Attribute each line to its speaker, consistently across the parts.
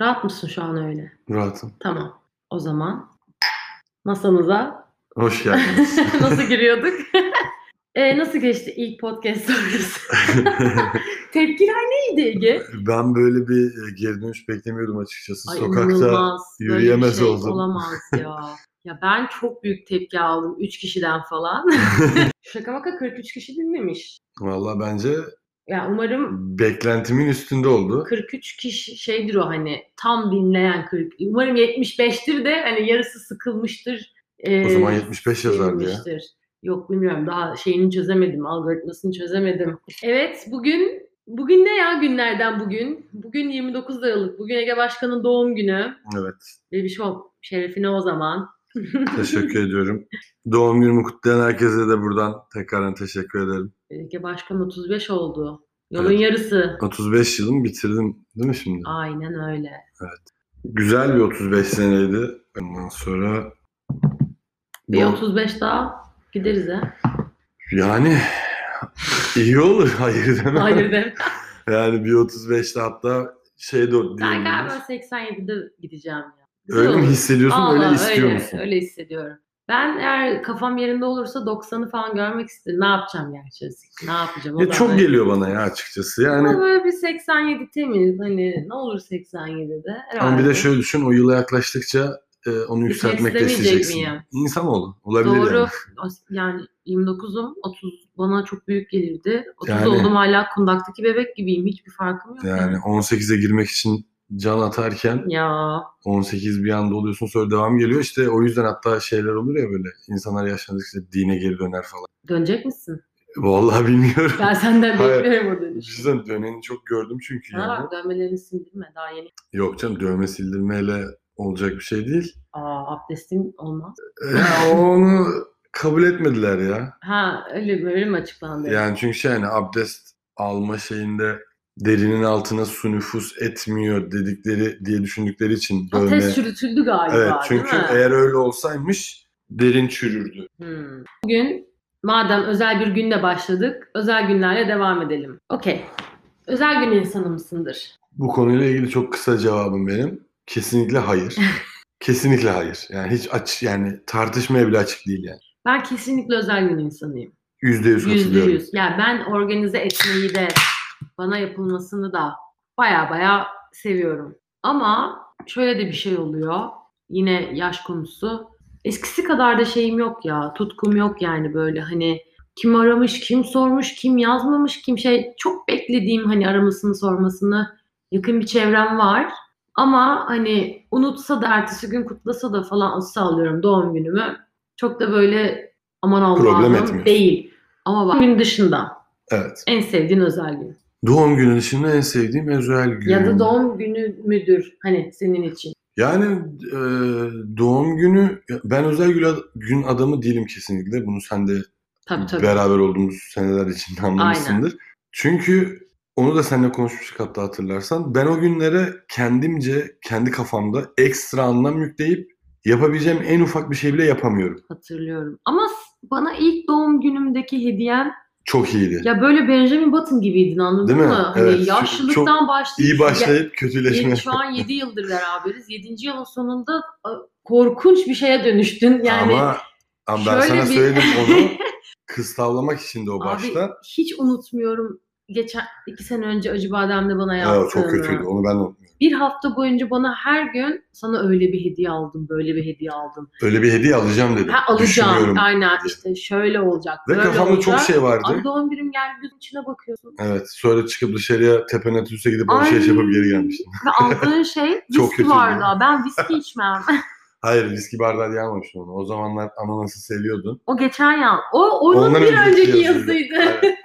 Speaker 1: Rahat mısın şu an öyle?
Speaker 2: Rahatım.
Speaker 1: Tamam. O zaman masamıza
Speaker 2: Hoş geldiniz.
Speaker 1: nasıl giriyorduk? E, nasıl geçti ilk podcast sonrası? Tepkiler neydi Ege?
Speaker 2: ben böyle bir e, geri dönüş beklemiyordum açıkçası.
Speaker 1: Ay
Speaker 2: Sokakta
Speaker 1: inanılmaz. Böyle bir
Speaker 2: yürüyemez
Speaker 1: şey
Speaker 2: oldum.
Speaker 1: Olamaz ya. Ya ben çok büyük tepki aldım 3 kişiden falan. Şaka maka 43 kişi dinlemiş.
Speaker 2: valla bence
Speaker 1: Ya umarım
Speaker 2: beklentimin üstünde oldu.
Speaker 1: 43 kişi şeydir o hani tam dinleyen 40. Umarım 75'tir de hani yarısı sıkılmıştır.
Speaker 2: O
Speaker 1: ee,
Speaker 2: zaman 75 yazardı ya.
Speaker 1: sevinmiştir. Yok bilmiyorum daha şeyini çözemedim, algoritmasını çözemedim. Evet bugün bugün ne ya günlerden bugün? Bugün 29 Aralık. Bugün Ege Başkan'ın doğum günü.
Speaker 2: Evet.
Speaker 1: Bebişom şerefine o zaman.
Speaker 2: Teşekkür ediyorum. Doğum günümü kutlayan herkese de buradan tekrardan teşekkür ederim.
Speaker 1: Ege Başkan 35 oldu. Yolun
Speaker 2: Evet.
Speaker 1: yarısı.
Speaker 2: 35 yılımı bitirdim değil mi şimdi?
Speaker 1: Aynen öyle.
Speaker 2: Güzel bir 35 seneydi. Ondan sonra
Speaker 1: Bir
Speaker 2: Doğum-
Speaker 1: 35 daha gideriz ha.
Speaker 2: yani iyi olur. Hayır demem.
Speaker 1: Hayır de.
Speaker 2: Yani bir 35'te hatta şey de
Speaker 1: Ben galiba
Speaker 2: diyebiliriz.
Speaker 1: 87'de gideceğim ya. Güzel
Speaker 2: Öyle mi
Speaker 1: olur.
Speaker 2: hissediyorsun, öyle
Speaker 1: Vallahi
Speaker 2: istiyor musun?
Speaker 1: Öyle hissediyorum. Ben eğer kafam yerinde olursa 90'ı falan görmek isterim. Ne yapacağım gerçi? Ne yapacağım? O
Speaker 2: Ya
Speaker 1: da
Speaker 2: çok
Speaker 1: böyle-
Speaker 2: geliyor bana ya açıkçası.
Speaker 1: Ama
Speaker 2: Yani
Speaker 1: böyle bir 87 temiz. Hani ne olur 87'de.
Speaker 2: ama
Speaker 1: Herhalde.
Speaker 2: bir de şöyle düşün, o yıla yaklaştıkça e, onu yükseltmek de
Speaker 1: Yükseltemeyecek
Speaker 2: isteyeceksin.
Speaker 1: miyim?
Speaker 2: İnsanoğlu. Olabilir
Speaker 1: Doğru.
Speaker 2: yani.
Speaker 1: As- Yani 29'um 30 bana çok büyük gelirdi. 30
Speaker 2: Yani-
Speaker 1: oldum hala kundaktaki bebek gibiyim. Hiçbir farkım yok.
Speaker 2: Yani 18'e girmek için can atarken
Speaker 1: Ya
Speaker 2: 18 bir anda oluyorsun sonra devam geliyor. İşte o yüzden hatta şeyler olur ya böyle insanlar yaşlandıkça dine geri döner falan.
Speaker 1: dönecek misin?
Speaker 2: Vallahi bilmiyorum.
Speaker 1: Ben senden
Speaker 2: Hayır.
Speaker 1: bekliyorum o
Speaker 2: O
Speaker 1: dönüşü.
Speaker 2: yüzden döneni çok gördüm çünkü
Speaker 1: Ha,
Speaker 2: yani.
Speaker 1: bak, dövmelerini sindirme daha yeni.
Speaker 2: Yok canım dövme sildirmeyle olacak bir şey değil.
Speaker 1: Aa abdestin olmaz.
Speaker 2: Ya onu kabul etmediler ya.
Speaker 1: Ha öyle böyle mi açıklandı?
Speaker 2: Yani çünkü şey hani abdest alma şeyinde derinin altına su nüfus etmiyor dedikleri diye düşündükleri için
Speaker 1: Ama
Speaker 2: dövme.
Speaker 1: test çürütüldü galiba
Speaker 2: Evet çünkü
Speaker 1: değil mi?
Speaker 2: eğer öyle olsaymış derin çürürdü.
Speaker 1: Hmm. Bugün madem özel bir günle başladık, özel günlerle devam edelim. Okey. Özel gün insanı mısındır?
Speaker 2: Bu konuyla ilgili çok kısa cevabım benim. Kesinlikle hayır. Kesinlikle hayır. Yani hiç aç yani tartışmaya bile açık değil yani.
Speaker 1: Ben kesinlikle özel gün insanıyım.
Speaker 2: Yüzde yüz
Speaker 1: Yüzde
Speaker 2: katılıyorum.
Speaker 1: yüz. Yani ben organize etmeyi de bana yapılmasını da baya baya seviyorum. Ama şöyle de bir şey oluyor. Yine yaş konusu. Eskisi kadar da şeyim yok ya. Tutkum yok yani böyle hani kim aramış, kim sormuş, kim yazmamış, kim şey çok beklediğim hani aramasını sormasını yakın bir çevrem var. Ama hani unutsa da ertesi gün kutlasa da falan asla alıyorum doğum günümü. Çok da böyle aman Allah'ım
Speaker 2: etmiyorsun.
Speaker 1: değil. Ama bak gün dışında
Speaker 2: Evet.
Speaker 1: en sevdiğin özel gün.
Speaker 2: Doğum günü dışında en sevdiğim özel gün.
Speaker 1: Ya da doğum günü müdür hani senin için.
Speaker 2: Yani e, doğum günü ben özel gün, gün adamı değilim kesinlikle. Bunu sen de
Speaker 1: Tabii tabii.
Speaker 2: beraber olduğumuz seneler içinde anlamışsındır. Çünkü onu da seninle konuşmuştuk hatta hatırlarsan. Ben o günlere kendimce, kendi kafamda ekstra anlam yükleyip yapabileceğim en ufak bir şey bile yapamıyorum.
Speaker 1: Hatırlıyorum. Ama s- bana ilk doğum günümdeki hediyen
Speaker 2: Çok iyiydi.
Speaker 1: ya böyle Benjamin Button gibiydin anladın
Speaker 2: Değil mi?
Speaker 1: mı? Hani
Speaker 2: Evet, çok-
Speaker 1: yaşlılıktan başlayıp
Speaker 2: İyi başlayıp
Speaker 1: ya-
Speaker 2: kötüleşme.
Speaker 1: yedi- şu an 7 yıldır beraberiz. 7. yılın sonunda a, korkunç bir şeye dönüştün. Yani
Speaker 2: ama, ama ben
Speaker 1: şöyle
Speaker 2: sana
Speaker 1: bir-
Speaker 2: söyledim onu kız tavlamak için de o
Speaker 1: Abi,
Speaker 2: başta.
Speaker 1: hiç unutmuyorum geçen iki sene önce Acı Badem'de bana
Speaker 2: Ya,
Speaker 1: yaptığını.
Speaker 2: çok kötüydü. Onu ben de unutmuyorum.
Speaker 1: Bir hafta boyunca bana her gün sana öyle bir hediye aldım, böyle bir hediye aldım.
Speaker 2: Öyle bir hediye alacağım dedim.
Speaker 1: Ha alacağım.
Speaker 2: Düşünüyorum.
Speaker 1: Aynen işte şöyle olacak.
Speaker 2: Ve
Speaker 1: böyle
Speaker 2: kafamda
Speaker 1: olacak.
Speaker 2: çok şey vardı.
Speaker 1: Abi doğum günüm geldi gözün içine bakıyorsun.
Speaker 2: Evet. Sonra çıkıp dışarıya tepenatüse gidip
Speaker 1: Ay.
Speaker 2: alışveriş yapıp geri gelmiştim.
Speaker 1: Ve aldığın şey
Speaker 2: Çok
Speaker 1: viski
Speaker 2: kötü
Speaker 1: vardı.
Speaker 2: değil
Speaker 1: ha. Ben viski içmem.
Speaker 2: Hayır viski bardağı diye almamıştım onu. O zamanlar ananası seviyordun.
Speaker 1: o geçen yıl. O onun
Speaker 2: Ondan
Speaker 1: bir
Speaker 2: önceki
Speaker 1: önceki
Speaker 2: yazıydı.
Speaker 1: yazıydı.
Speaker 2: Evet.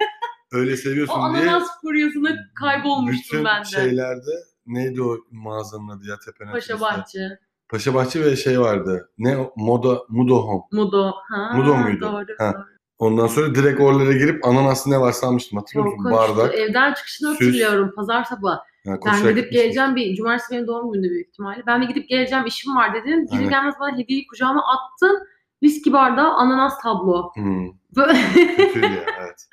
Speaker 2: Öyle
Speaker 1: o
Speaker 2: seviyorsun diye.
Speaker 1: ananas furyasına kaybolmuştum
Speaker 2: bütün şey-
Speaker 1: ben de.
Speaker 2: şeylerde neydi o mağazanın adı ya tepenatüse?
Speaker 1: Paşa Bahçe,
Speaker 2: Paşabahçe ve şey vardı. Ne o? Moda, Mudo Home.
Speaker 1: Mudo. Ha,
Speaker 2: Mudo muydu?
Speaker 1: Doğru.
Speaker 2: Ha,
Speaker 1: doğru.
Speaker 2: Ondan sonra direkt oralara girip ananası ne varsa almıştım. Hatırlıyor musun?
Speaker 1: Korkunçtu.
Speaker 2: Bardak.
Speaker 1: Evden çıkışını
Speaker 2: süs.
Speaker 1: hatırlıyorum. Pazar sabahı.
Speaker 2: Yani koşarak
Speaker 1: Ben gidip
Speaker 2: gitmiştim.
Speaker 1: geleceğim bir cumartesi benim doğum günü büyük ihtimalle. Ben bir gidip geleceğim işim var dedin. Gelir
Speaker 2: Evet.
Speaker 1: gelmez bana hediyeyi kucağıma attın. Viski bardağı ananas tablo.
Speaker 2: Hmm,
Speaker 1: Böyle.
Speaker 2: kötüydü ya, evet.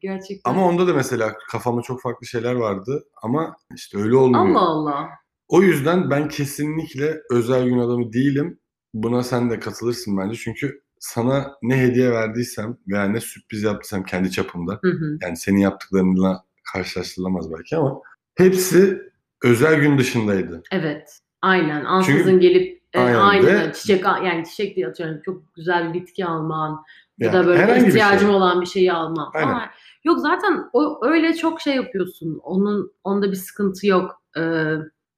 Speaker 1: Gerçekten.
Speaker 2: Ama onda da mesela kafamda çok farklı şeyler vardı. Ama işte öyle olmuyor.
Speaker 1: Allah Allah.
Speaker 2: O yüzden ben kesinlikle özel gün adamı değilim. Buna sen de katılırsın bence. Çünkü sana ne hediye verdiysem veya ne sürpriz yaptıysam kendi çapımda.
Speaker 1: Hı hı.
Speaker 2: Yani senin yaptıklarınla karşılaştırılamaz belki ama hepsi özel gün dışındaydı.
Speaker 1: Evet. Aynen. Ansızın
Speaker 2: Çünkü-
Speaker 1: gelip e,
Speaker 2: Aynen.
Speaker 1: aynı
Speaker 2: Ve-
Speaker 1: çiçek al- yani çiçek diye atıyorum çok güzel bir bitki alman ya
Speaker 2: Yani
Speaker 1: da böyle
Speaker 2: herhangi bir
Speaker 1: ihtiyacım
Speaker 2: şey.
Speaker 1: olan bir şeyi alman.
Speaker 2: Aynen.
Speaker 1: Ama yok zaten o öyle çok şey yapıyorsun. Onun onda bir sıkıntı yok. Ee,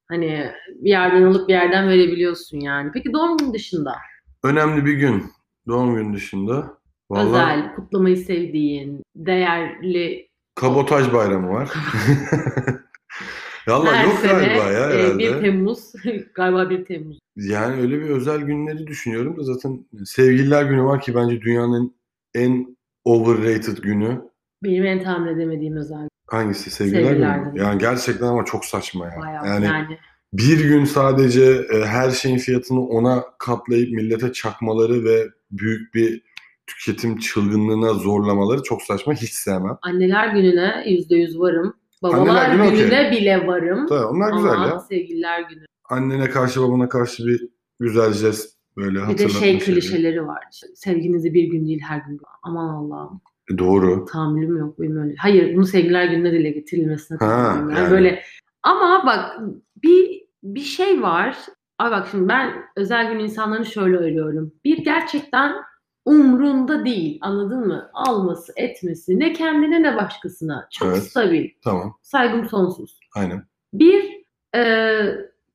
Speaker 1: hani bir yerden alıp bir yerden verebiliyorsun yani. Peki doğum günü dışında
Speaker 2: Önemli bir gün. Doğum günü dışında. Vallahi
Speaker 1: özel kutlamayı sevdiğin, değerli
Speaker 2: Kabotaj bayramı var. Valla
Speaker 1: her
Speaker 2: yok
Speaker 1: sene
Speaker 2: galiba ya
Speaker 1: e,
Speaker 2: herhalde.
Speaker 1: 1 Temmuz galiba 1 Temmuz.
Speaker 2: Yani öyle bir özel günleri düşünüyorum da zaten sevgililer günü var ki bence dünyanın en overrated günü.
Speaker 1: Benim en tahmin edemediğim özel
Speaker 2: Hangisi? Sevgililer,
Speaker 1: Sevgililer
Speaker 2: günü. mü?
Speaker 1: günü.
Speaker 2: Yani gerçekten ama çok saçma ya.
Speaker 1: bayağı
Speaker 2: yani
Speaker 1: yani.
Speaker 2: bir gün sadece e, her şeyin fiyatını ona katlayıp millete çakmaları ve büyük bir tüketim çılgınlığına zorlamaları çok saçma. Hiç sevmem.
Speaker 1: Anneler gününe yüzde yüz varım. Babalar
Speaker 2: Anneler günü okey.
Speaker 1: gününe bile varım.
Speaker 2: Tabii onlar
Speaker 1: Ama
Speaker 2: güzel ya.
Speaker 1: sevgililer günü.
Speaker 2: Annene karşı babana karşı bir güzel jest böyle
Speaker 1: Bir de
Speaker 2: hatırlatma
Speaker 1: şey
Speaker 2: şeyi.
Speaker 1: klişeleri var. İşte, sevginizi bir gün değil her gün. Aman Allah'ım
Speaker 2: E, Doğru.
Speaker 1: tahammülüm yok benim öyle. Hayır bunu sevgililer gününe dile getirilmesine
Speaker 2: Ha,
Speaker 1: tahammülüm var.
Speaker 2: yani.
Speaker 1: Böyle ama bak bir bir şey var. Ay bak şimdi ben özel gün insanları şöyle örüyorum. Bir gerçekten umrunda değil anladın mı? Alması etmesi ne kendine ne başkasına. Çok
Speaker 2: Evet.
Speaker 1: stabil.
Speaker 2: Tamam.
Speaker 1: Saygım sonsuz.
Speaker 2: Aynen.
Speaker 1: Bir, e,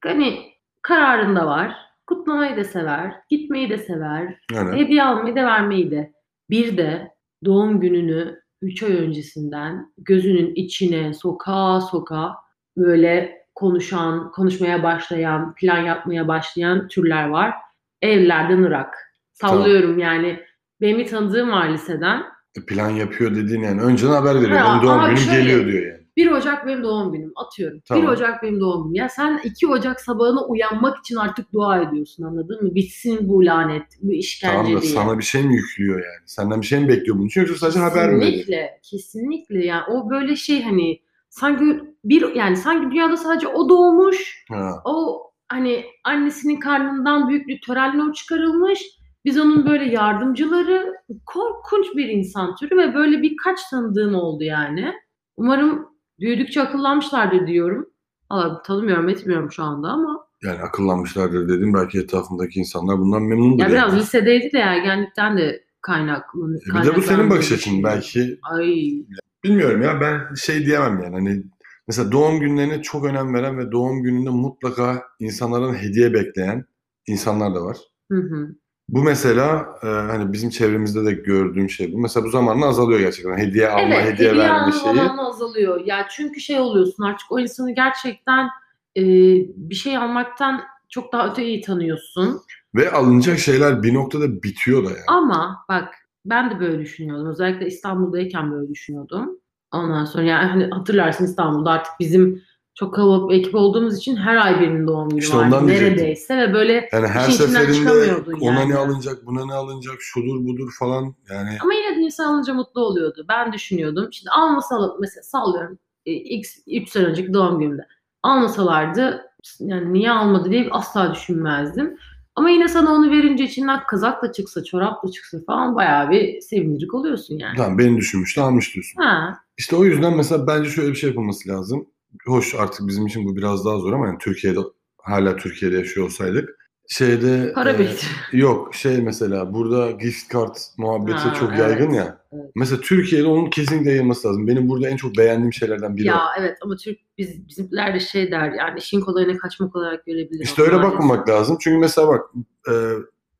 Speaker 1: hani kararında var. Kutlamayı da sever, gitmeyi de sever,
Speaker 2: Aynen.
Speaker 1: hediye almayı da vermeyi de. Bir de doğum gününü 3 ay öncesinden gözünün içine soka soka böyle konuşan, konuşmaya başlayan, plan yapmaya başlayan türler var. Evlerden ırak. Sallıyorum yani. Benim bir tanıdığım var liseden.
Speaker 2: E, Plan yapıyor dediğin yani. Önceden haber veriyor.
Speaker 1: Ha, şey,
Speaker 2: Benim doğum
Speaker 1: abi
Speaker 2: günüm
Speaker 1: şöyle-
Speaker 2: geliyor diyor yani.
Speaker 1: 1 Ocak benim doğum günüm atıyorum.
Speaker 2: Tamam.
Speaker 1: 1 Ocak benim doğum günüm. Ya sen 2 Ocak sabahına uyanmak için artık dua ediyorsun anladın mı? Bitsin bu lanet, bu işkence
Speaker 2: Tamam da
Speaker 1: diye.
Speaker 2: sana bir şey mi yüklüyor yani? Senden bir şey mi bekliyor bunun için yoksa sadece haber mi veriyor?
Speaker 1: Kesinlikle, kesinlikle. Yani o böyle şey hani sanki bir yani sanki dünyada sadece o doğmuş.
Speaker 2: Ha,
Speaker 1: O hani annesinin karnından büyük bir törenle o çıkarılmış. Biz onun böyle yardımcıları korkunç bir insan türü ve böyle birkaç tanıdığım oldu yani. Umarım büyüdükçe akıllanmışlardır diyorum. Valla tanımıyorum etmiyorum şu anda ama.
Speaker 2: yani akıllanmışlardır dedim. Belki etrafındaki insanlar bundan memnundur.
Speaker 1: Ya
Speaker 2: yani.
Speaker 1: biraz lisedeydi de ergenlikten de kaynaklı.
Speaker 2: E, bir de bu senin bakış açın
Speaker 1: için
Speaker 2: belki.
Speaker 1: Ay
Speaker 2: Bilmiyorum ya ben şey diyemem yani. Hani mesela doğum günlerine çok önem veren ve doğum gününde mutlaka insanların hediye bekleyen insanlar da var.
Speaker 1: Hı hı.
Speaker 2: Bu mesela e, hani bizim çevremizde de gördüğüm şey bu. Mesela bu zamanla azalıyor gerçekten. Hediye alma,
Speaker 1: evet,
Speaker 2: hediye, verme
Speaker 1: alma
Speaker 2: şeyi.
Speaker 1: oranı azalıyor. Ya çünkü şey oluyorsun artık o insanı gerçekten e, bir şey almaktan çok daha öte iyi tanıyorsun.
Speaker 2: Ve alınacak şeyler bir noktada bitiyor da yani.
Speaker 1: Ama bak ben de böyle düşünüyordum. Özellikle İstanbul'dayken böyle düşünüyordum. Ondan sonra yani hani hatırlarsın İstanbul'da artık bizim çok kalabalık bir ekip olduğumuz için her ay birinin doğum günü
Speaker 2: İşte
Speaker 1: vardı
Speaker 2: ondan diyecektim.
Speaker 1: neredeyse ve böyle
Speaker 2: Yani her
Speaker 1: İşin içinden
Speaker 2: seferinde
Speaker 1: çıkamıyordun
Speaker 2: ona
Speaker 1: yani.
Speaker 2: ne alınacak, buna ne alınacak, şudur budur falan yani
Speaker 1: ama yine de insan alınca mutlu oluyordu. Ben düşünüyordum. Şimdi almasalar mesela sallıyorum e, X 3 sene önceki doğum günümde almasalardı yani niye almadı diye asla düşünmezdim. Ama yine sana onu verince içinden kazak da çıksa, çorap da çıksa falan bayağı bir sevinirik oluyorsun yani.
Speaker 2: tamam beni düşünmüştü almış diyorsun.
Speaker 1: Ha,
Speaker 2: İşte o yüzden mesela bence şöyle bir şey yapılması lazım. Hoş artık bizim için bu biraz daha zor ama yani Türkiye'de hala Türkiye'de yaşıyor olsaydık şeyde
Speaker 1: Para
Speaker 2: e,
Speaker 1: biriktir.
Speaker 2: yok şey mesela burada gift card muhabbeti
Speaker 1: Ha,
Speaker 2: çok
Speaker 1: evet.
Speaker 2: yaygın ya.
Speaker 1: Evet.
Speaker 2: Mesela Türkiye'de onun kesinlikle yayılması lazım. Benim burada en çok beğendiğim şeylerden biri o.
Speaker 1: Ya evet ama Türk biz bizimkiler de şey der yani işin kolayına kaçmak olarak görebilir.
Speaker 2: İşte
Speaker 1: onu
Speaker 2: öyle
Speaker 1: maalesef.
Speaker 2: bakmamak lazım. Çünkü mesela bak e,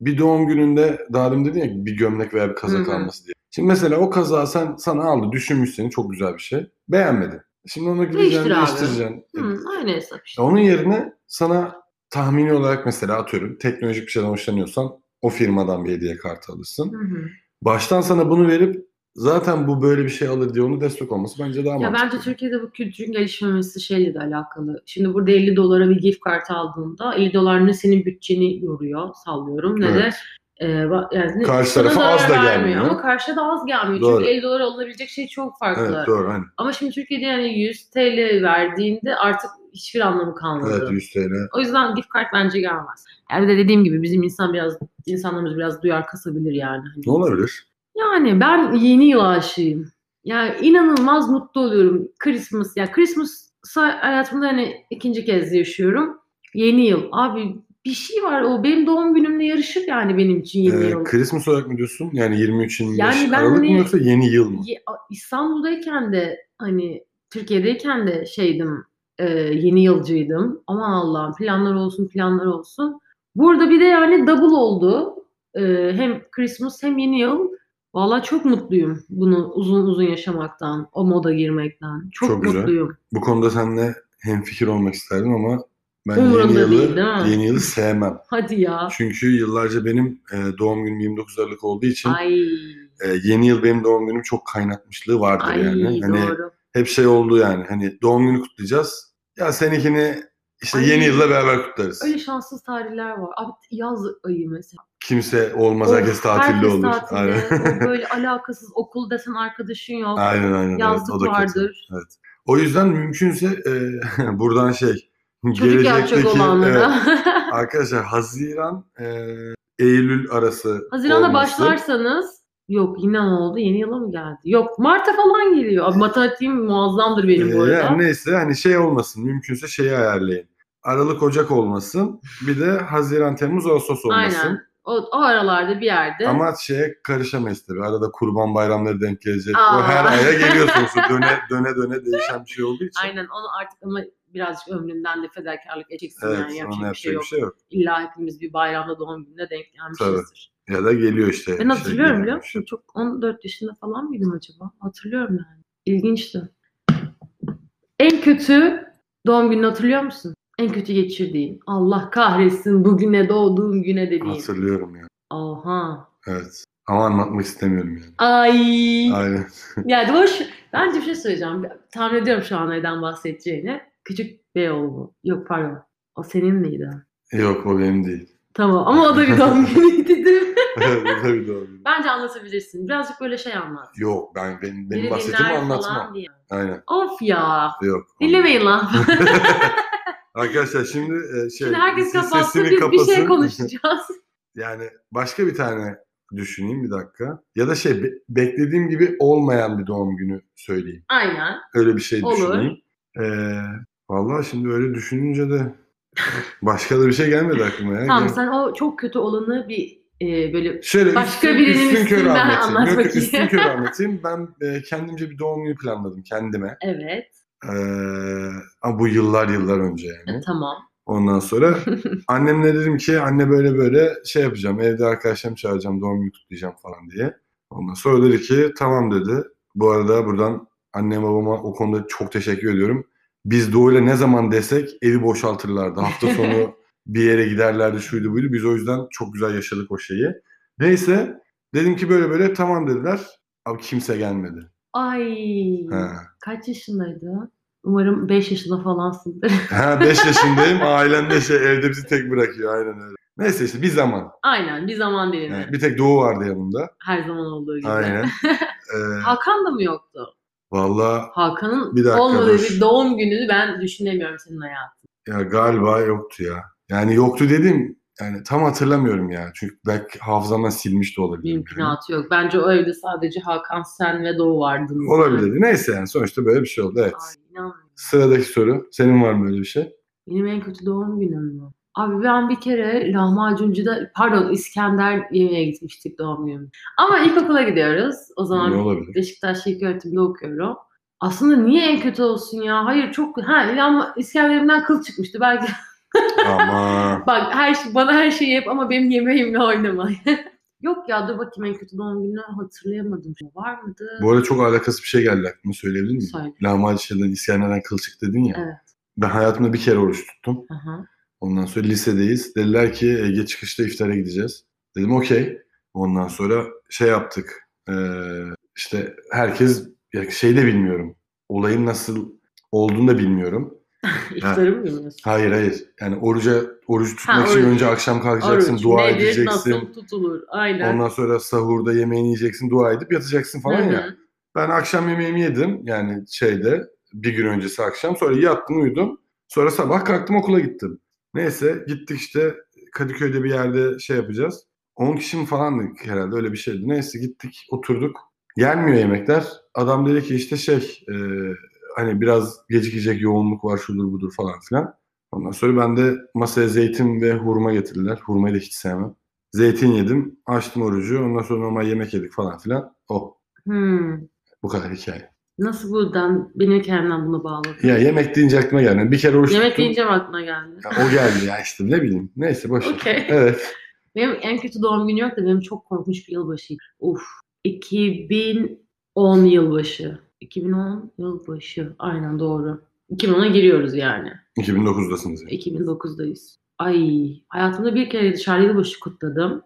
Speaker 2: bir doğum gününde daha demin dedin ya bir gömlek veya bir kazak
Speaker 1: Hı hı.
Speaker 2: alması diye. Şimdi mesela o kazağı sen sana aldı düşünmüş seni çok güzel bir şey. Beğenmedin. Şimdi onu gideceksin
Speaker 1: Değiştir abi.
Speaker 2: değiştireceksin.
Speaker 1: Hı, aynı hesap işte.
Speaker 2: E, Onun yerine sana tahmini olarak mesela atıyorum teknolojik bir şeyden hoşlanıyorsan o firmadan bir hediye kartı alırsın.
Speaker 1: Hı hı.
Speaker 2: Baştan sana bunu verip zaten bu böyle bir şey alır diye onu destek olması bence daha
Speaker 1: Ya
Speaker 2: mantıklı.
Speaker 1: bence Türkiye'de bu kültürün gelişmemesi şeyle de alakalı. Şimdi burada 50 dolara bir gift kartı aldığında 50 dolar ne senin bütçeni yoruyor sallıyorum ne de
Speaker 2: Evet.
Speaker 1: e, va- yani ne-
Speaker 2: Karşı
Speaker 1: sana
Speaker 2: tarafa
Speaker 1: zarar
Speaker 2: az da
Speaker 1: vermiyor.
Speaker 2: gelmiyor.
Speaker 1: Ama karşıya da az gelmiyor.
Speaker 2: Doğru.
Speaker 1: Çünkü 50 dolar alınabilecek şey çok farklı.
Speaker 2: Evet doğru. Hani.
Speaker 1: Ama şimdi Türkiye'de yani 100 TL verdiğinde artık hiçbir anlamı kalmadı.
Speaker 2: Evet 100 TL.
Speaker 1: O yüzden gift card bence gelmez. Yani bir de dediğim gibi bizim insan biraz insanlarımız biraz duyar kasabilir yani. Hani-
Speaker 2: Ne olabilir?
Speaker 1: Yani ben yeni yıl aşığıyım. Yani inanılmaz mutlu oluyorum. Christmas ya Christmas'a hayatımda hani ikinci kez yaşıyorum. Yeni yıl. Abi bir şey var o benim doğum günümle yarışır yani benim için yeni
Speaker 2: Ee,
Speaker 1: yıl.
Speaker 2: Christmas olarak mı diyorsun? Yani 23 25
Speaker 1: Yani ben
Speaker 2: Aralık
Speaker 1: hani-
Speaker 2: mı yoksa yeni yıl mı?
Speaker 1: Ye- İstanbul'dayken de hani Türkiye'deyken de şeydim e, yeni yılcıydım. Aman Allah'ım planlar olsun planlar olsun. Burada bir de yani double oldu. E, hem Christmas hem yeni yıl. Valla çok mutluyum bunu uzun uzun yaşamaktan, o moda girmekten. Çok,
Speaker 2: Çok güzel.
Speaker 1: mutluyum.
Speaker 2: Bu konuda seninle hemfikir olmak isterdim ama ben yeni
Speaker 1: Umurumda
Speaker 2: yılı,
Speaker 1: değil, değil mi?
Speaker 2: yeni yılı sevmem.
Speaker 1: Hadi ya.
Speaker 2: Çünkü yıllarca benim e, doğum günüm 29 Aralık olduğu için
Speaker 1: Ay,
Speaker 2: e, yeni yıl benim doğum günüm çok kaynatmışlığı vardır
Speaker 1: ay
Speaker 2: yani. Hani
Speaker 1: doğru.
Speaker 2: hep şey oldu yani hani doğum günü kutlayacağız. Ya seninkini işte
Speaker 1: Ay.
Speaker 2: yeni yılla beraber kutlarız.
Speaker 1: Öyle şanssız tarihler var. Abi yaz ayı mesela.
Speaker 2: Kimse olmaz herkes
Speaker 1: Of,
Speaker 2: tatilli
Speaker 1: herkes
Speaker 2: olur.
Speaker 1: tatilde. O
Speaker 2: Aynen.
Speaker 1: böyle alakasız okul desen arkadaşın yok.
Speaker 2: aynen aynen. evet,
Speaker 1: Yazlık
Speaker 2: o da kötü.
Speaker 1: vardır.
Speaker 2: O yüzden mümkünse e, buradan şey
Speaker 1: Çocuk yapacak olanlara.
Speaker 2: evet,
Speaker 1: da.
Speaker 2: arkadaşlar Haziran e, Eylül arası
Speaker 1: Haziran'da
Speaker 2: olması-
Speaker 1: başlarsanız yok yine ne oldu? Yeni yıla mı geldi? Yok Mart'a falan geliyor. Abi, matematiğim muazzamdır benim bu
Speaker 2: Ee,
Speaker 1: arada.
Speaker 2: yani neyse hani şey olmasın mümkünse şeyi ayarlayın. Aralık Ocak olmasın. Bir de Haziran Temmuz Ağustos olmasın.
Speaker 1: Aynen. O, o aralarda bir yerde.
Speaker 2: Ama şeye karışamayız tabii. Arada kurban bayramları denk gelecek. O
Speaker 1: Aa.
Speaker 2: her aya geliyor sonuçta. Döne döne döne değişen bir şey olduğu için.
Speaker 1: Aynen onu artık ama birazcık ömründen de fedakarlık edeceksin
Speaker 2: Evet,
Speaker 1: yani
Speaker 2: onun
Speaker 1: yapacak
Speaker 2: yapacak
Speaker 1: bir şey yok.
Speaker 2: yok.
Speaker 1: İlla hepimiz bir bayramda doğum gününe denk gelmişizdir.
Speaker 2: Ya da geliyor
Speaker 1: Ben
Speaker 2: işte. bir şey
Speaker 1: hatırlıyorum
Speaker 2: geliyor.
Speaker 1: biliyor musun? Çok 14 yaşında falan mıydım acaba? Hatırlıyorum yani. İlginçti. En kötü doğum gününü hatırlıyor musun? En kötü geçirdiğin. Allah kahretsin bugüne doğduğum güne dediğin.
Speaker 2: Hatırlıyorum ya.
Speaker 1: Oha.
Speaker 2: Evet. Ama anlatmak istemiyorum yani.
Speaker 1: Ay.
Speaker 2: Aynen.
Speaker 1: Yani boş. Bence bir şey söyleyeceğim. Tahmin ediyorum şu an neden bahsedeceğini. Küçük Beyoğlu. Yok pardon. O senin miydi?
Speaker 2: Yok o benim değil.
Speaker 1: Tamam ama o da bir doğum günüydü değil mi?
Speaker 2: Tabii doğru.
Speaker 1: Bence anlatabilirsin. Birazcık böyle şey anlat.
Speaker 2: Yok ben benim,
Speaker 1: Biri
Speaker 2: benim
Speaker 1: dinler
Speaker 2: bahsettiğimi
Speaker 1: falan
Speaker 2: anlatmam.
Speaker 1: diye.
Speaker 2: Aynen.
Speaker 1: Of ya.
Speaker 2: Yok.
Speaker 1: Dinlemeyin lan.
Speaker 2: Arkadaşlar şimdi e, şey
Speaker 1: Şimdi herkes
Speaker 2: siz
Speaker 1: kapatsın
Speaker 2: sesini
Speaker 1: biz bir şey
Speaker 2: kapasın.
Speaker 1: konuşacağız.
Speaker 2: Yani başka bir tane düşüneyim bir dakika. Ya da şey be- beklediğim gibi olmayan bir doğum günü söyleyeyim.
Speaker 1: Aynen.
Speaker 2: Öyle bir şey
Speaker 1: Olur.
Speaker 2: düşüneyim. Ee, vallahi şimdi öyle düşününce de başka da bir şey gelmedi aklıma ya.
Speaker 1: Tamam
Speaker 2: Gel-
Speaker 1: sen o çok kötü olanı bir e, böyle
Speaker 2: Şöyle
Speaker 1: başka
Speaker 2: üstün,
Speaker 1: birinin
Speaker 2: üstün körü
Speaker 1: üstünden
Speaker 2: anlatayım.
Speaker 1: anlat
Speaker 2: Yok,
Speaker 1: bakayım.
Speaker 2: üstün körü anlatayım. Ben e, kendimce bir doğum günü planladım kendime.
Speaker 1: evet
Speaker 2: Ee, ama bu yıllar yıllar önce yani.
Speaker 1: e, tamam.
Speaker 2: Ondan sonra annemle dedim ki anne böyle böyle şey yapacağım. Evde arkadaşlarımı çağıracağım. Doğum günü kutlayacağım falan diye. Ondan sonra dedi ki tamam dedi. Bu arada buradan annem babama o konuda çok teşekkür ediyorum. Biz Doğu'yla ne zaman desek evi boşaltırlardı. Hafta sonu bir yere giderlerdi şuydu buydu. Biz o yüzden çok güzel yaşadık o şeyi. Neyse dedim ki böyle böyle tamam dediler. Abi kimse gelmedi.
Speaker 1: Ay
Speaker 2: Ha.
Speaker 1: kaç yaşındaydı? Umarım 5 yaşında falansındır.
Speaker 2: Ha 5 yaşındayım. Ailem de şey evde bizi tek bırakıyor. Aynen öyle. Neyse işte bir zaman.
Speaker 1: Aynen bir zaman dilimi.
Speaker 2: Yani bir tek Doğu vardı yanımda.
Speaker 1: Her zaman olduğu gibi.
Speaker 2: Aynen. Ee,
Speaker 1: Hakan da mı yoktu?
Speaker 2: Valla
Speaker 1: Hakan'ın
Speaker 2: Bir dakika,
Speaker 1: olmadığı
Speaker 2: dur.
Speaker 1: bir doğum gününü ben düşünemiyorum senin hayatın.
Speaker 2: ya galiba yoktu ya. Yani yoktu dedim. Yani tam hatırlamıyorum ya. Çünkü belki hafızamdan silmiş de olabilir. yani.
Speaker 1: Mümkünatı yok. Bence o evde sadece Hakan, sen ve Doğu vardınız.
Speaker 2: Olabilir. Neyse yani sonuçta böyle bir şey oldu. Evet.
Speaker 1: Ay, inanmıyorum.
Speaker 2: Sıradaki soru. Senin var mı böyle bir şey?
Speaker 1: Benim en kötü doğum günüm mü? Abi ben bir kere lahmacuncuda pardon İskender yemeğe gitmiştik doğum günüm. Ama ilkokula gidiyoruz. O
Speaker 2: Ne
Speaker 1: zaman
Speaker 2: olabilir?
Speaker 1: Beşiktaş ilk öğretimde okuyorum. Aslında niye en kötü olsun ya? Hayır çok ha lahma, İskenderimden kıl çıkmıştı belki.
Speaker 2: Ama
Speaker 1: Bak her şey, bana her şeyi yap ama benim yemeğimle oynama. Yok ya dur bakayım en kötü doğum gününü hatırlayamadım. Var mıydı?
Speaker 2: bu arada çok alakası bir şey geldi aklıma söyleyebilir miyim?
Speaker 1: Söyle.
Speaker 2: Lahmacun şeyden, İskender'den kılçık dedin ya.
Speaker 1: Evet.
Speaker 2: Ben hayatımda bir kere oruç tuttum.
Speaker 1: Aha.
Speaker 2: Ondan sonra lisedeyiz. Dediler ki Ege çıkışta iftara gideceğiz. Dedim okey. Ondan sonra şey yaptık. Ee, işte herkes ya şey de bilmiyorum. Olayın nasıl olduğunu da bilmiyorum.
Speaker 1: İftarı mı yiyorsun?
Speaker 2: Hayır hayır. Yani oruca oruç tutmak için
Speaker 1: oruç.
Speaker 2: önce akşam kalkacaksın,
Speaker 1: Oruç
Speaker 2: dua
Speaker 1: nedir,
Speaker 2: edeceksin.
Speaker 1: nasıl tutulur? Aynen.
Speaker 2: Ondan sonra sahurda yemeğini yiyeceksin, dua edip yatacaksın falan
Speaker 1: Hı hı.
Speaker 2: ya. Ben akşam yemeğimi yedim yani şeyde bir gün öncesi akşam. Sonra yattım uyudum. Sonra sabah kalktım okula gittim. Neyse gittik işte Kadıköy'de bir yerde şey yapacağız. 10 kişi mi falandık herhalde öyle bir şeydi. Neyse gittik oturduk. Gelmiyor yemekler. Adam dedi ki işte şey e, hani biraz gecikecek yoğunluk var şudur budur falan filan. Ondan sonra ben de masaya zeytin ve hurma getirdiler. Hurmayı da hiç sevmem. Zeytin yedim. Açtım orucu. Ondan sonra normal yemek yedik falan filan. Oh
Speaker 1: Hmm.
Speaker 2: bu kadar hikaye.
Speaker 1: Nasıl buradan benim kendimden bunu bağladım?
Speaker 2: Ya yemek deyince aklıma gelmedi. Bir kere oruç
Speaker 1: Yemek
Speaker 2: tuttum.
Speaker 1: deyince mi aklına geldi?
Speaker 2: Ya o geldi ya işte ne bileyim. Neyse boş ver.
Speaker 1: Okey.
Speaker 2: Evet.
Speaker 1: Benim en kötü doğum günü yok da benim çok korkunç bir yılbaşıydı. Uf. 2010 yılbaşı. 2010 yılbaşı. Aynen doğru. 2010'a giriyoruz yani.
Speaker 2: 2009'dasınız. yani.
Speaker 1: 2009'dayız. Ay hayatımda bir kere dışarı yılbaşı kutladım.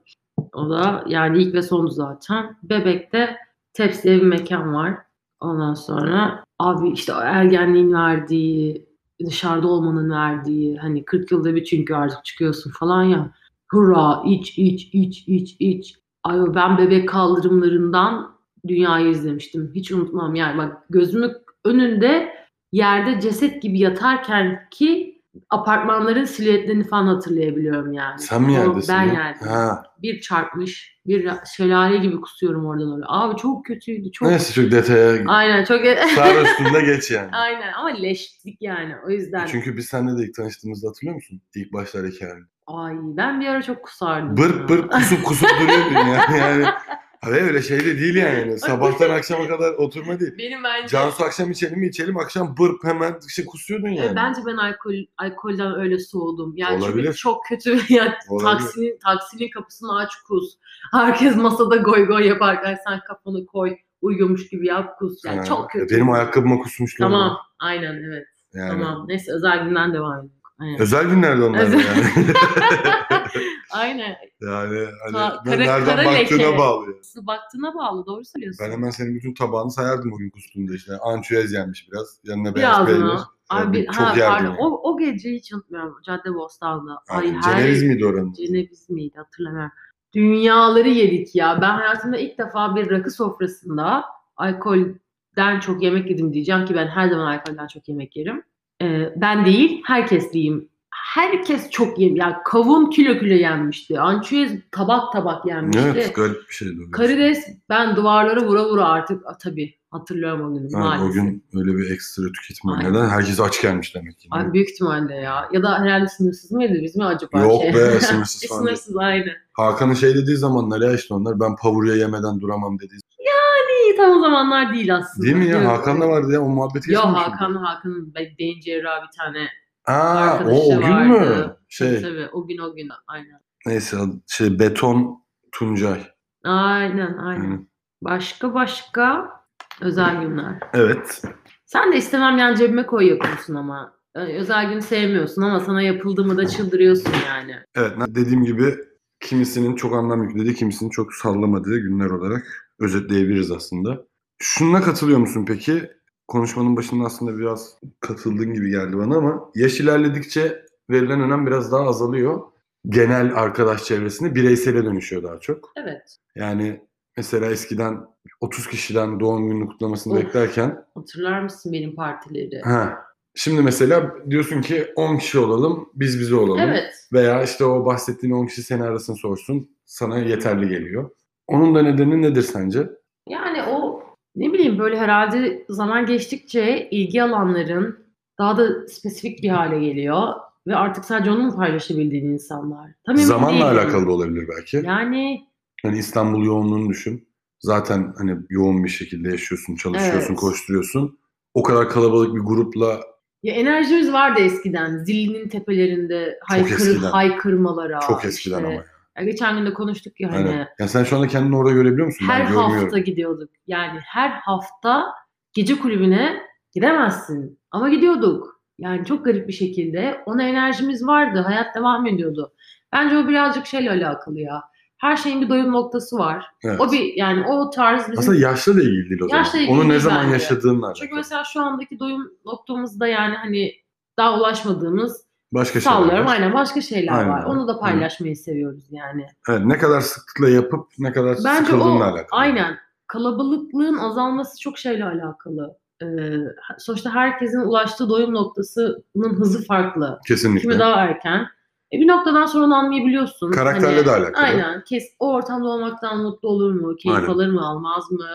Speaker 1: O da yani ilk ve sondu zaten. Bebek'te Teps diye bir mekan var. Ondan sonra abi işte o ergenliğin verdiği, dışarıda olmanın verdiği hani 40 yılda bir çünkü artık çıkıyorsun falan ya. Hurra iç iç iç iç iç. Ay o ben bebek kaldırımlarından dünyayı izlemiştim. Hiç unutmam yani bak gözümün önünde yerde ceset gibi yatarken ki apartmanların silüetlerini falan hatırlayabiliyorum yani.
Speaker 2: Sen
Speaker 1: O-
Speaker 2: mi yerdesin?
Speaker 1: Ben
Speaker 2: ya?
Speaker 1: yerdim.
Speaker 2: Ha.
Speaker 1: Bir çarpmış, bir şelale gibi kusuyorum oradan oraya. Abi çok kötüydü, çok.
Speaker 2: Neyse çok detaya
Speaker 1: Aynen çok. e,
Speaker 2: sağ üstünde geç yani.
Speaker 1: Aynen ama leştik yani o yüzden.
Speaker 2: E Çünkü biz seninle de ilk tanıştığımızda hatırlıyor musun? İlk başlar hikaye.
Speaker 1: Ay ben bir ara çok kusardım. ya.
Speaker 2: Bırp bırp kusup kusup duruyordun yani. yani. Hani öyle şey de değil yani. Sabahtan akşama kadar oturma değil.
Speaker 1: Benim bence.
Speaker 2: Cansu akşam içelim mi içelim akşam bırp hemen şey kusuyordun
Speaker 1: E,
Speaker 2: yani.
Speaker 1: Bence ben alkol alkolden öyle soğudum. Yani çünkü
Speaker 2: Olabilir.
Speaker 1: çok kötü. Yani
Speaker 2: Olabilir.
Speaker 1: taksinin taksinin kapısını aç kus. Herkes masada goy goy yaparken sen kafanı koy uyuyormuş gibi yap kus. Yani
Speaker 2: Ha,
Speaker 1: çok kötü.
Speaker 2: Benim ayakkabıma kusmuşluğum var.
Speaker 1: Tamam. Aynen evet.
Speaker 2: Yani.
Speaker 1: Tamam. Neyse özel günden devam edelim. Aynen.
Speaker 2: Özel günlerde onlar da
Speaker 1: Özel-
Speaker 2: yani.
Speaker 1: Aynen.
Speaker 2: yani hani
Speaker 1: Ta-
Speaker 2: ben
Speaker 1: kara-
Speaker 2: nereden
Speaker 1: kara
Speaker 2: baktığına
Speaker 1: leke.
Speaker 2: bağlı. yani.
Speaker 1: Nasıl baktığına bağlı. Doğru söylüyorsun.
Speaker 2: Ben hemen senin bütün tabağını sayardım bugün kustuğunda işte. Ançüez yenmiş biraz. Yanına beyaz
Speaker 1: Biraz
Speaker 2: peynir.
Speaker 1: mı? Abi,
Speaker 2: Abi, çok
Speaker 1: ha,
Speaker 2: yerdim
Speaker 1: pardon.
Speaker 2: yani.
Speaker 1: O, o gece hiç unutmuyorum. Cadde Bostan'da. Ay,
Speaker 2: Yani
Speaker 1: her-
Speaker 2: Ceneviz miydi oranın?
Speaker 1: Ceneviz miydi hatırlamıyorum. Dünyaları yedik ya. Ben hayatımda ilk defa bir rakı sofrasında alkolden çok yemek yedim diyeceğim ki ben her zaman alkolden çok yemek yerim. Ee, ben değil, herkes diyeyim. Herkes çok yem. Ya kavun kilo kilo yenmişti. Ançüez tabak tabak yenmişti.
Speaker 2: Evet garip bir şeydi o.
Speaker 1: Karides ben duvarlara vura vura artık a, tabii hatırlıyorum o günü
Speaker 2: Ha, o
Speaker 1: maalesef.
Speaker 2: gün öyle bir ekstra tüketim var.
Speaker 1: Aynen.
Speaker 2: Neden? Herkes aç gelmiş demek ki.
Speaker 1: Ay, büyük ihtimalle ya. Ya da herhalde sınırsız mıydı bizim acaba?
Speaker 2: Yok
Speaker 1: şey?
Speaker 2: be sınırsız falan. değil.
Speaker 1: sınırsız aynen.
Speaker 2: Hakan'ın şey dediği zamanlar ya işte onlar ben pavurya yemeden duramam dediği.
Speaker 1: İyi tam o zamanlar değil aslında.
Speaker 2: Değil mi ya?
Speaker 1: Yok.
Speaker 2: Hakan da vardı ya o muhabbeti
Speaker 1: Yok
Speaker 2: geçmiyor musun?
Speaker 1: Hakan Hakan'ın be- beyin cerrahı bir tane
Speaker 2: Aa, o,
Speaker 1: arkadaşı
Speaker 2: o gün mü?
Speaker 1: vardı.
Speaker 2: Şey
Speaker 1: tabii o gün o gün aynen.
Speaker 2: neyse adı- şey Beton Tuncay.
Speaker 1: Aynen aynen.
Speaker 2: Hı.
Speaker 1: Başka başka özel günler.
Speaker 2: Evet.
Speaker 1: Sen de istemem yani cebime koy yapıyorsun ama. Ee, Özel günü sevmiyorsun ama sana yapıldı mı da çıldırıyorsun yani.
Speaker 2: Evet ne- dediğim gibi kimisinin çok anlam yüklediği, kimisinin çok sallamadığı günler olarak özetleyebiliriz aslında. Şununla katılıyor musun peki? Konuşmanın başında aslında biraz katıldığın gibi geldi bana ama yaş ilerledikçe verilen önem biraz daha azalıyor. Genel arkadaş çevresinde bireysele dönüşüyor daha çok.
Speaker 1: Evet.
Speaker 2: Yani mesela eskiden 30 kişiden doğum gününü kutlamasını
Speaker 1: Of.
Speaker 2: beklerken
Speaker 1: Hatırlar mısın benim partileri?
Speaker 2: ha, şimdi mesela diyorsun ki 10 kişi olalım, biz bize olalım.
Speaker 1: Evet.
Speaker 2: Veya işte o bahsettiğin 10 kişi seni arasın sorsun. Sana yeterli geliyor. Onun da nedeni nedir sence?
Speaker 1: Yani o ne bileyim böyle herhalde zaman geçtikçe ilgi alanların daha da spesifik bir hale geliyor ve artık sadece onu mu paylaşabildiğin insanlar? Tam emin
Speaker 2: Zamanla
Speaker 1: değilim.
Speaker 2: alakalı da olabilir belki.
Speaker 1: Yani
Speaker 2: Hani İstanbul yoğunluğunu düşün. Zaten hani yoğun bir şekilde yaşıyorsun, çalışıyorsun,
Speaker 1: Evet.
Speaker 2: koşturuyorsun. O kadar kalabalık bir grupla
Speaker 1: ya enerjimiz vardı eskiden. Zilinin tepelerinde haykır,
Speaker 2: eskiden.
Speaker 1: haykırmalara.
Speaker 2: çok eskiden
Speaker 1: işte.
Speaker 2: ama. ya.
Speaker 1: Ya geçen gün de konuştuk ya hani.
Speaker 2: Aynen. Ya sen şu anda kendini orada görebiliyor musun?
Speaker 1: her
Speaker 2: ben görmüyorum.
Speaker 1: hafta gidiyorduk. Yani her hafta gece kulübüne gidemezsin. Ama gidiyorduk. Yani çok garip bir şekilde. Ona enerjimiz vardı. Hayat devam ediyordu. Bence o birazcık şeyle alakalı ya. Her şeyin bir doyum noktası var.
Speaker 2: Evet.
Speaker 1: O bir yani o tarz bizim...
Speaker 2: Aslında yaşla da ilgili değil o zaman.
Speaker 1: Yaşla ilgili
Speaker 2: Onu ne
Speaker 1: değil
Speaker 2: zaman
Speaker 1: bence.
Speaker 2: yaşadığınla
Speaker 1: Çünkü
Speaker 2: alakalı.
Speaker 1: mesela şu andaki doyum noktamızda yani hani daha ulaşmadığımız
Speaker 2: Başka şeyler.
Speaker 1: sallıyorum
Speaker 2: var.
Speaker 1: aynen başka şeyler
Speaker 2: Aynen.
Speaker 1: var. Onu da paylaşmayı seviyoruz yani.
Speaker 2: Evet, ne kadar sıklıkla yapıp ne kadar
Speaker 1: Bence o
Speaker 2: sıkıldığınla alakalı.
Speaker 1: aynen kalabalıklığın azalması çok şeyle alakalı. Ee, e, sonuçta herkesin ulaştığı doyum noktasının hızı farklı.
Speaker 2: Kesinlikle.
Speaker 1: Kimi daha erken. E bir noktadan sonra onu anlayabiliyorsun.
Speaker 2: Karakterle
Speaker 1: Hani,
Speaker 2: de alakalı.
Speaker 1: Aynen. Kes, o ortamda olmaktan mutlu olur mu? Keyif
Speaker 2: Aynen.
Speaker 1: alır mı? Almaz mı?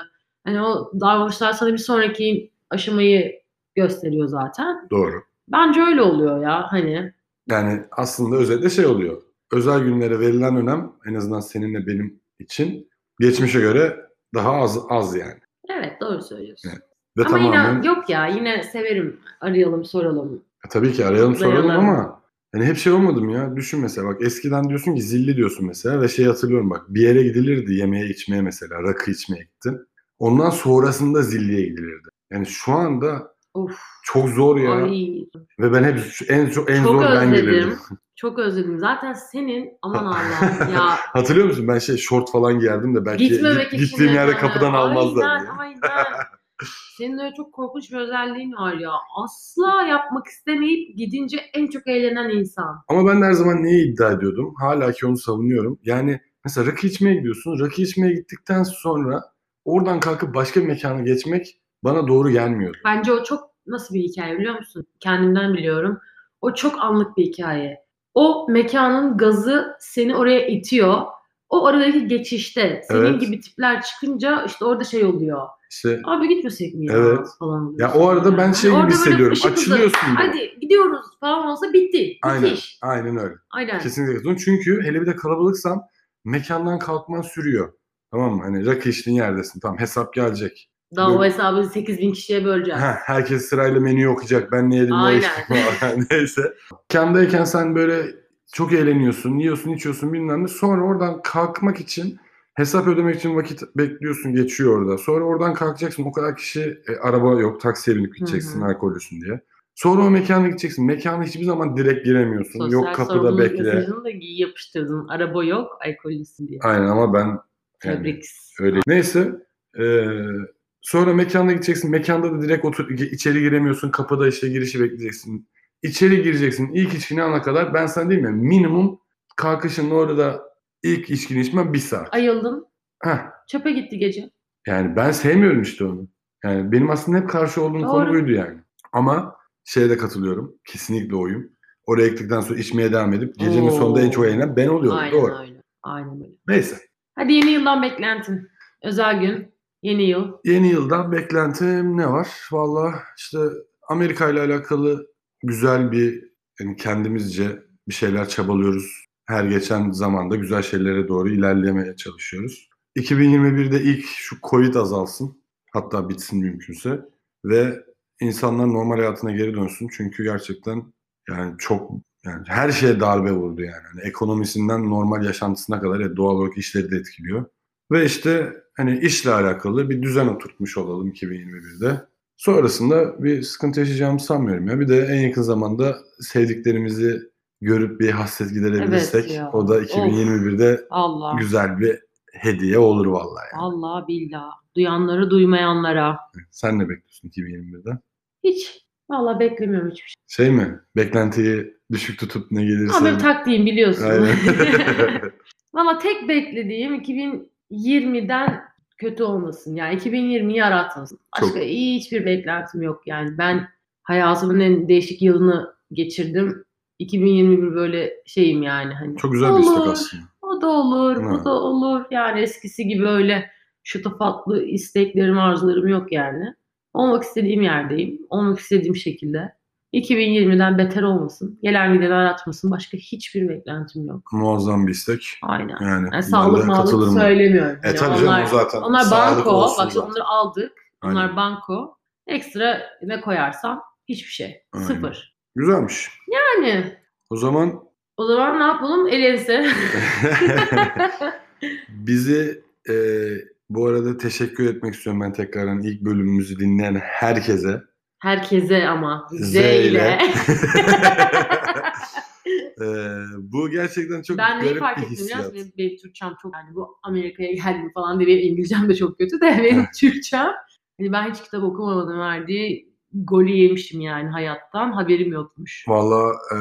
Speaker 1: Hani o davranışlar sana bir sonraki aşamayı gösteriyor zaten.
Speaker 2: Doğru.
Speaker 1: Bence öyle oluyor ya hani.
Speaker 2: Yani aslında özetle şey oluyor. Özel günlere verilen önem en azından seninle benim için geçmişe göre daha az az yani.
Speaker 1: Evet doğru söylüyorsun.
Speaker 2: Evet. Ve
Speaker 1: Ama
Speaker 2: tamamen
Speaker 1: yine yok ya yine severim. Arayalım soralım.
Speaker 2: Ya Tabii ki arayalım soralım
Speaker 1: Arayalım.
Speaker 2: ama hani hep şey olmadım ya. Düşün mesela bak eskiden diyorsun ki zilli diyorsun mesela ve şey hatırlıyorum bak bir yere gidilirdi yemeğe içmeye mesela rakı içmeye gittin. Ondan sonrasında zilliye gidilirdi. Yani şu anda
Speaker 1: Of.
Speaker 2: çok zor ya
Speaker 1: Ay,
Speaker 2: ve ben hep şu- en zo- en
Speaker 1: Çok
Speaker 2: zor ben
Speaker 1: özledim.
Speaker 2: gelirdim.
Speaker 1: çok özledim. Zaten senin aman Allah'ım ya
Speaker 2: Hatırlıyor musun ben şey şort falan giyerdim de belki
Speaker 1: Gitmemek
Speaker 2: git-
Speaker 1: için
Speaker 2: gittiğim yerde
Speaker 1: efendim.
Speaker 2: kapıdan almazlar
Speaker 1: Aynen
Speaker 2: diye.
Speaker 1: aynen. Senin öyle çok korkunç bir özelliğin var ya. Asla yapmak istemeyip gidince en çok eğlenen insan.
Speaker 2: Ama ben de her zaman neye iddia ediyordum? Hala ki onu savunuyorum. Yani mesela rakı içmeye gidiyorsun. Rakı içmeye gittikten sonra oradan kalkıp başka bir mekana geçmek bana doğru gelmiyordu.
Speaker 1: Bence o çok nasıl bir hikaye biliyor musun? Kendimden biliyorum. O çok anlık bir hikaye. O mekanın gazı seni oraya itiyor. O aradaki geçişte senin
Speaker 2: Evet.
Speaker 1: gibi tipler çıkınca işte orada şey oluyor.
Speaker 2: İşte
Speaker 1: Abi gitmesek mi ya?
Speaker 2: Evet.
Speaker 1: Falan
Speaker 2: ya
Speaker 1: oluyorsun
Speaker 2: o arada ben
Speaker 1: yani.
Speaker 2: şey
Speaker 1: Orada
Speaker 2: gibi
Speaker 1: böyle
Speaker 2: hissediyorum.
Speaker 1: ışık hızı,
Speaker 2: Açılıyorsun. böyle.
Speaker 1: Hadi gidiyoruz falan olsa bitti.
Speaker 2: Aynen.
Speaker 1: Bitiş.
Speaker 2: Aynen öyle.
Speaker 1: Aynen.
Speaker 2: Kesinlikle katılıyorum. Çünkü hele bir de kalabalıksan mekandan kalkman sürüyor. Tamam mı? Hani rakı içtiğin yerdesin. Tamam hesap gelecek.
Speaker 1: Daha o
Speaker 2: Böyle-
Speaker 1: hesabı 8 bin kişiye böleceğim.
Speaker 2: Heh, herkes sırayla menüyü okuyacak. Ben ne yedim ne
Speaker 1: Aynen.
Speaker 2: içtim falan. Neyse. Kendeyken sen böyle çok eğleniyorsun. Yiyorsun içiyorsun bilmem ne. Sonra oradan kalkmak için hesap ödemek için vakit bekliyorsun geçiyor orada. Sonra oradan kalkacaksın. O kadar kişi e, araba yok. Taksiye binip gideceksin
Speaker 1: Hı
Speaker 2: alkollüsün diye. Sonra o mekana gideceksin. Mekana hiçbir zaman direkt giremiyorsun.
Speaker 1: Sosyal
Speaker 2: yok kapıda
Speaker 1: sorumluluk
Speaker 2: bekle.
Speaker 1: mesajını da giy yapıştırdın. Araba yok, alkollüsün diye.
Speaker 2: Aynen ama ben yani
Speaker 1: Tebrik.
Speaker 2: öyle. Neyse eee, sonra mekanda gideceksin. Mekanda da direkt otur içeri giremiyorsun. Kapıda işte girişi bekleyeceksin. İçeri gireceksin. İlk içkini alana kadar ben sana diyeyim ya minimum kalkışın orada ilk içkini içmen bir saat.
Speaker 1: Ayıldın.
Speaker 2: Heh,
Speaker 1: Çöpe gitti gece.
Speaker 2: yani ben sevmiyorum işte onu. Yani benim aslında hep karşı olduğum konu
Speaker 1: Doğru.
Speaker 2: buydu yani. Ama şeye de katılıyorum. Kesinlikle oyum. Oraya gittikten sonra içmeye devam edip gecenin
Speaker 1: Oo.
Speaker 2: sonunda en çok eğlenen ben oluyorum.
Speaker 1: Aynen
Speaker 2: Doğru.
Speaker 1: öyle. Aynen öyle.
Speaker 2: Neyse.
Speaker 1: Hadi yeni yıldan beklentin. Özel gün. Yeni yıl.
Speaker 2: Yeni yıldan beklentim ne var? Valla işte Amerika ile alakalı güzel bir yani kendimizce bir şeyler çabalıyoruz. Her geçen zamanda güzel şeylere doğru ilerlemeye çalışıyoruz. 2021'de ilk şu Covid azalsın. Hatta bitsin mümkünse. Ve insanlar normal hayatına geri dönsün. Çünkü gerçekten yani çok yani her şeye darbe vurdu yani. Hani ekonomisinden normal yaşantısına kadar e, doğal olarak işleri de etkiliyor. Ve işte hani işle alakalı bir düzen oturtmuş olalım 2021'de. Sonrasında bir sıkıntı yaşayacağımı sanmıyorum ya. Bir de en yakın zamanda sevdiklerimizi görüp bir hasret giderebilirsek
Speaker 1: Evet ya.
Speaker 2: o da 2021'de
Speaker 1: Allah.
Speaker 2: güzel bir hediye olur vallahi. yani.
Speaker 1: Allah billah. Duyanları duymayanlara.
Speaker 2: Sen ne bekliyorsun 2021'den?
Speaker 1: Hiç. Vallahi beklemiyorum hiçbir şey.
Speaker 2: Şey mi? Beklentiyi düşük tutup ne gelirse...
Speaker 1: Ama benim taktiğim biliyorsun.
Speaker 2: Aynen.
Speaker 1: Valla tek beklediğim 2020'den kötü olmasın. Yani 2020'yi yaratmasın. Başka
Speaker 2: Çok.
Speaker 1: hiçbir beklentim yok. Yani ben hayatımın en değişik yılını geçirdim. 2021 böyle şeyim yani. Hani
Speaker 2: Çok güzel bir istek
Speaker 1: Olur.
Speaker 2: aslında.
Speaker 1: O da olur,
Speaker 2: Ha.
Speaker 1: bu da olur. Yani eskisi gibi öyle şatafatlı isteklerim, arzularım yok yani. Olmak istediğim yerdeyim. Olmak istediğim şekilde. 2020'den beter olmasın. Gelen gideni aratmasın. Başka hiçbir beklentim yok.
Speaker 2: Muazzam bir istek.
Speaker 1: Aynen.
Speaker 2: Yani,
Speaker 1: Yani
Speaker 2: ben
Speaker 1: sağlık
Speaker 2: de
Speaker 1: mağlık
Speaker 2: katılırım.
Speaker 1: söylemiyorum.
Speaker 2: E
Speaker 1: Yani
Speaker 2: tabii
Speaker 1: onlar,
Speaker 2: canım o zaten.
Speaker 1: onlar
Speaker 2: Sağlık
Speaker 1: banko.
Speaker 2: olsun
Speaker 1: Bak şimdi
Speaker 2: zaten.
Speaker 1: onları aldık.
Speaker 2: Aynen.
Speaker 1: Bunlar banko. Ekstra ne koyarsam hiçbir şey.
Speaker 2: Aynen.
Speaker 1: Sıfır.
Speaker 2: Güzelmiş.
Speaker 1: Yani
Speaker 2: O zaman
Speaker 1: o zaman ne yapalım? Elense.
Speaker 2: bizi e, bu arada teşekkür etmek istiyorum ben tekrardan ilk bölümümüzü dinleyen herkese.
Speaker 1: Herkese ama.
Speaker 2: Z
Speaker 1: Z
Speaker 2: ile.
Speaker 1: ile.
Speaker 2: E, bu gerçekten çok
Speaker 1: ben neyi
Speaker 2: garip
Speaker 1: fark
Speaker 2: bir
Speaker 1: ettim biliyor
Speaker 2: hissiyat.
Speaker 1: musun? Benim, benim Türkçem çok yani bu Amerika'ya geldim falan diye benim İngilizcem de çok kötü de benim Türkçem hani ben hiç kitap okumadım verdiği golü yemişim yani hayattan haberim yokmuş.
Speaker 2: Valla e,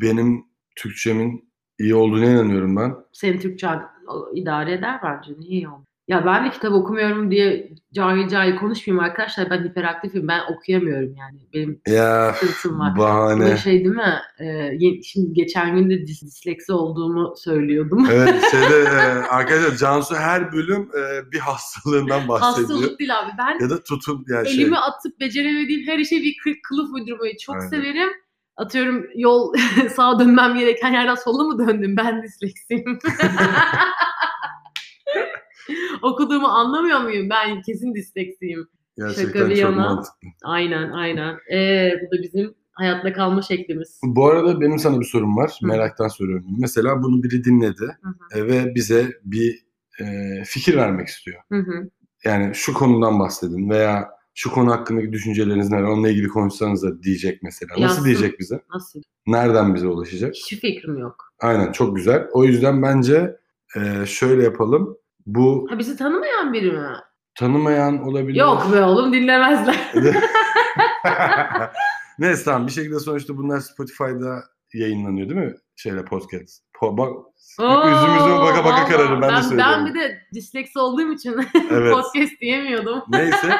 Speaker 2: benim Türkçemin iyi olduğuna inanıyorum ben.
Speaker 1: Senin Türkçen o- idare eder bence niye yok? Ya ben de kitap okumuyorum diye cahil cahil konuşmayayım arkadaşlar. Ben hiperaktifim. Ben okuyamıyorum yani. Benim
Speaker 2: Ya
Speaker 1: sıkıntım var. Bu da
Speaker 2: bahane.
Speaker 1: şey değil mi? Ee, ye- şimdi geçen gün de dis- disleksi olduğumu söylüyordum.
Speaker 2: Evet şeyde e, arkadaşlar Cansu her bölüm e, bir hastalığından bahsediyor.
Speaker 1: Hastalık değil abi. Ben
Speaker 2: Ya da tutum yani şey.
Speaker 1: elimi atıp beceremediğim her işe bir kı- kılıf uydurmayı çok
Speaker 2: Aynen.
Speaker 1: severim. Atıyorum yol sağa dönmem gereken yerden sola mı döndüm? Ben disleksiyim. Okuduğumu anlamıyor muyum? Ben kesin disleksiyim.
Speaker 2: Gerçekten
Speaker 1: şaka bir
Speaker 2: çok
Speaker 1: yana.
Speaker 2: mantıklı.
Speaker 1: Aynen aynen. Ee, bu da bizim hayatta kalma şeklimiz.
Speaker 2: Bu arada benim sana bir sorum var.
Speaker 1: Hı.
Speaker 2: Meraktan soruyorum. Mesela bunu biri dinledi
Speaker 1: Hı
Speaker 2: e, ve bize bir e, fikir vermek istiyor.
Speaker 1: Hı hı.
Speaker 2: Yani şu konudan bahsedin veya şu konu hakkındaki düşünceleriniz neler? Onunla ilgili konuşsanız da diyecek mesela. Nasıl
Speaker 1: Yazsın.
Speaker 2: diyecek bize?
Speaker 1: Nasıl?
Speaker 2: Nereden bize ulaşacak?
Speaker 1: Hiçbir fikrim yok.
Speaker 2: Aynen çok güzel. O yüzden bence e, şöyle yapalım. Bu
Speaker 1: Ha, bizi tanımayan biri mi?
Speaker 2: tanımayan olabilir.
Speaker 1: Yok be oğlum dinlemezler.
Speaker 2: Neyse tamam bir şekilde sonuçta bunlar Spotify'da yayınlanıyor değil mi? Şeyle podcast. Po- bak yüzümüze
Speaker 1: Oo,
Speaker 2: baka baka
Speaker 1: vallahi.
Speaker 2: kararır ben, de söylüyorum.
Speaker 1: Ben bir de disleksi olduğum için
Speaker 2: Evet.
Speaker 1: podcast diyemiyordum.
Speaker 2: Neyse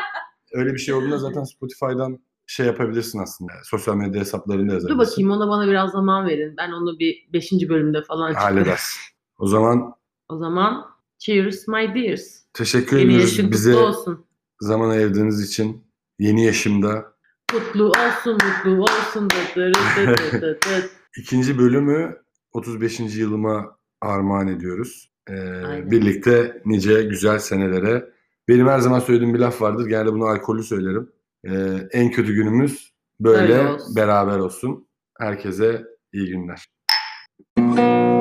Speaker 2: öyle bir şey olduğunda zaten Spotify'dan şey yapabilirsin aslında. Sosyal medya hesaplarında
Speaker 1: Dur
Speaker 2: yazabilirsin.
Speaker 1: bakayım ona bana biraz zaman verin. Ben onu bir 5. bölümde falan çıkarım.
Speaker 2: Halledersin. O zaman
Speaker 1: O zaman cheers my dears.
Speaker 2: teşekkür
Speaker 1: Yeni yaşın
Speaker 2: ediyoruz bize
Speaker 1: kutlu olsun.
Speaker 2: zaman ayırdığınız için. Yeni yaşımda
Speaker 1: Kutlu olsun mutlu olsun. Dıt dırı dıt dıt dıt dıt.
Speaker 2: ikinci bölümü 35. yılıma armağan ediyoruz. Ee,
Speaker 1: Aynen.
Speaker 2: birlikte nice güzel senelere. Benim her zaman söylediğim bir laf vardır. Genelde bunu alkolü söylerim. Ee, en kötü günümüz böyle
Speaker 1: Böyle olsun.
Speaker 2: beraber olsun. Herkese iyi günler.
Speaker 1: Thank